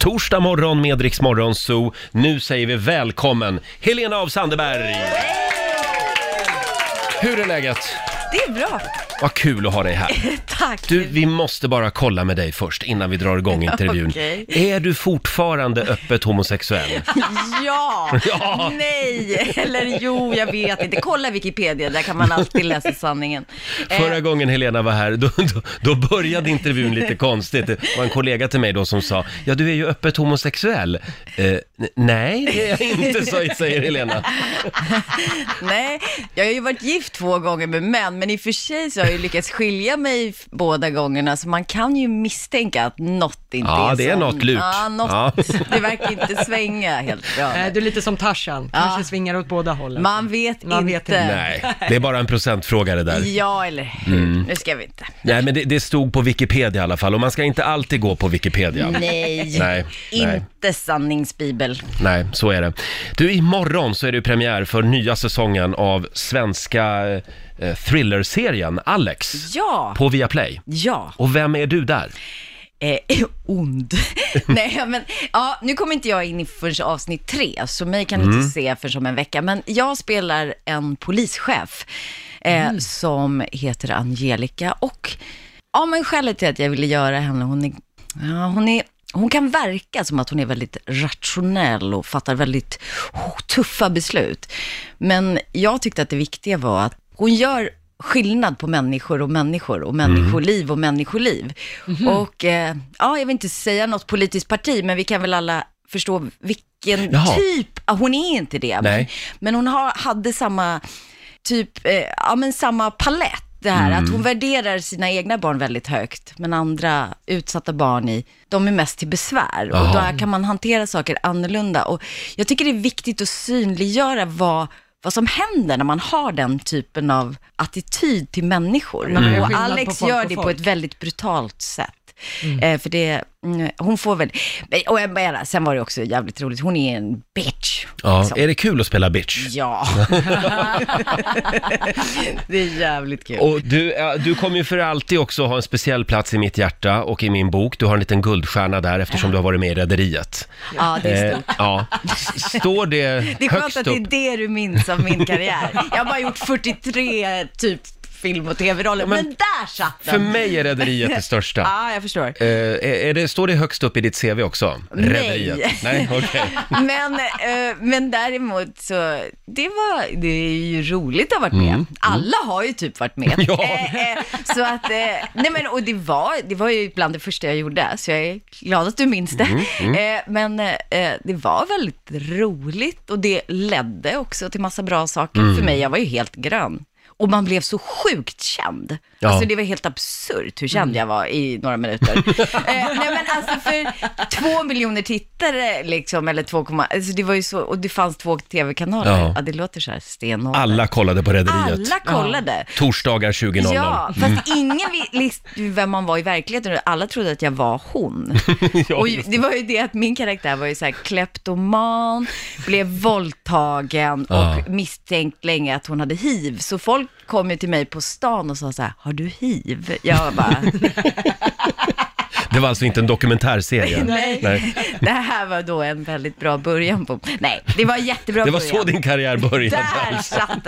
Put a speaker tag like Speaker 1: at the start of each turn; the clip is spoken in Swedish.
Speaker 1: torsdag morgon med Rix Morgon Zoo. Nu säger vi välkommen Helena av Sandeberg! Hur är läget?
Speaker 2: Det är bra.
Speaker 1: Vad kul att ha dig här.
Speaker 2: Tack.
Speaker 1: Du, vi måste bara kolla med dig först innan vi drar igång intervjun.
Speaker 2: Okej. Eh.
Speaker 1: Är du fortfarande öppet homosexuell?
Speaker 2: Ja.
Speaker 1: Ja.
Speaker 2: nej, eller jo, jag vet inte. Kolla Wikipedia, där kan man alltid läsa sanningen. Eh,
Speaker 1: Förra gången Helena var här, då, då, då började intervjun lite konstigt. Det var en kollega till mig då som sa, ja du är ju öppet homosexuell. Eh, n- nej, det är jag inte, sa- säger Helena.
Speaker 2: Nej, jag har ju varit gift två gånger med män, men i och för sig så har jag ju lyckats skilja mig f- båda gångerna, så man kan ju misstänka att något inte
Speaker 1: Ja,
Speaker 2: är
Speaker 1: det är
Speaker 2: sant.
Speaker 1: något lut.
Speaker 2: Ja, något.
Speaker 1: Ja.
Speaker 2: Det verkar inte svänga helt bra.
Speaker 3: Nej, Eh, du är lite som Tarzan, kanske svingar åt båda hållen.
Speaker 2: Man vet
Speaker 3: Man vet
Speaker 2: inte.
Speaker 1: Nej, det är bara en procentfråga det där.
Speaker 2: Ja, eller hur?
Speaker 1: Mm.
Speaker 2: Nu ska vi inte.
Speaker 1: Nej, men det, det stod på Wikipedia i alla fall och man ska inte alltid gå på Wikipedia.
Speaker 2: Nej,
Speaker 1: Nej, nej.
Speaker 2: inte sanningsbibel.
Speaker 1: Nej, så är det. Du, imorgon så är det ju premiär för nya säsongen av svenska eh, thrillerserien Alex
Speaker 2: Ja,
Speaker 1: på Viaplay.
Speaker 2: ja.
Speaker 1: Och vem är du där?
Speaker 2: Eh, ond. Nej, men ja, nu kommer inte jag in i förrän avsnitt tre, så mig kan du inte se för som en vecka. Men jag spelar en polischef eh, som heter Angelica och ja, men skälet till att jag ville göra henne, hon är, ja, hon är hon kan verka som att hon är väldigt rationell och fattar väldigt oh, tuffa beslut. Men jag tyckte att det viktiga var att hon gör skillnad på människor och människor och människoliv och människoliv. Och eh, ja, jag vill inte säga något politiskt parti, men vi kan väl alla förstå vilken
Speaker 1: Jaha.
Speaker 2: typ, ah, hon är inte det, men,
Speaker 1: Nej.
Speaker 2: men hon har, hade samma typ, eh, ja men samma palett. Det här att hon värderar sina egna barn väldigt högt, men andra utsatta barn i, de är mest till besvär. Och
Speaker 1: Jaha.
Speaker 2: då kan man hantera saker annorlunda. Och jag tycker det är viktigt att synliggöra vad, vad som händer när man har den typen av attityd till människor.
Speaker 3: man gör
Speaker 2: Och
Speaker 3: skillnad på
Speaker 2: Alex
Speaker 3: folk
Speaker 2: gör
Speaker 3: och
Speaker 2: det på
Speaker 3: folk.
Speaker 2: ett väldigt brutalt sätt. Eh, för det, mm, hon får väl, och jag bara, sen var det också jävligt roligt, hon är en bitch.
Speaker 1: Ja,
Speaker 2: liksom.
Speaker 1: är det kul att spela bitch?
Speaker 2: Ja. det är jävligt kul.
Speaker 1: Och du, eh, du kommer ju för alltid också ha en speciell plats i mitt hjärta och i min bok. Du har en liten guldstjärna där eftersom du har varit med i Rederiet.
Speaker 2: ja, det är
Speaker 1: Eh,
Speaker 2: stort.
Speaker 1: ja. S- Står det
Speaker 2: Det är skönt
Speaker 1: högst
Speaker 2: att
Speaker 1: upp?
Speaker 2: det är det du minns av min karriär. Jag har bara gjort 43 typ film och tv-roller,
Speaker 1: men-
Speaker 2: men, där satt den.
Speaker 1: För mig är Rederiet det största.
Speaker 2: Ja, jag förstår.
Speaker 1: Eh, är är det, står det högst upp i ditt CV också?
Speaker 2: Nej.
Speaker 1: Rederiet? Nej, okej.
Speaker 2: Men, eh, men däremot så, det, var, det är ju roligt att ha varit med. Alla har ju typ varit med.
Speaker 1: Mm. Ja.
Speaker 2: Eh, eh, så att, eh, nej men och det var, det var ju bland det första jag gjorde, så jag är glad att du minns det.
Speaker 1: Mm,
Speaker 2: Eh, men eh, det var väldigt roligt och det ledde också till massa bra saker
Speaker 1: Mm.
Speaker 2: för mig. Jag var ju helt grön. Och man blev så sjukt känd.
Speaker 1: Ja. Mm.
Speaker 2: Alltså det var helt absurt hur känd jag var i några minuter. eh, nej men alltså för två miljoner tittare liksom, eller 2, alltså det var ju så, och det fanns två tv-kanaler.
Speaker 1: Ja.
Speaker 2: Ja. det låter så här stenhårt.
Speaker 1: Alla kollade på Rederiet.
Speaker 2: Alla kollade.
Speaker 1: Torsdagar 20.00.
Speaker 2: Ja, fast
Speaker 1: Mm.
Speaker 2: ingen vi- visste ju vem man var i verkligheten. Alla trodde att jag var hon.
Speaker 1: Ja,
Speaker 2: och ju-
Speaker 1: just
Speaker 2: det var ju det att min karaktär var ju så här kleptoman, blev våldtagen och
Speaker 1: Ja.
Speaker 2: misstänkt länge att hon hade hiv. Så folk kom ju till mig på stan och sa så här, har du hiv? Jag bara,
Speaker 1: Det var alltså inte en dokumentärserie.
Speaker 2: nej.
Speaker 1: Nej.
Speaker 2: Det här var då en väldigt bra början på... Nej, det var en jättebra
Speaker 1: Det var
Speaker 2: början.
Speaker 1: så din karriär började.
Speaker 2: Där satt den!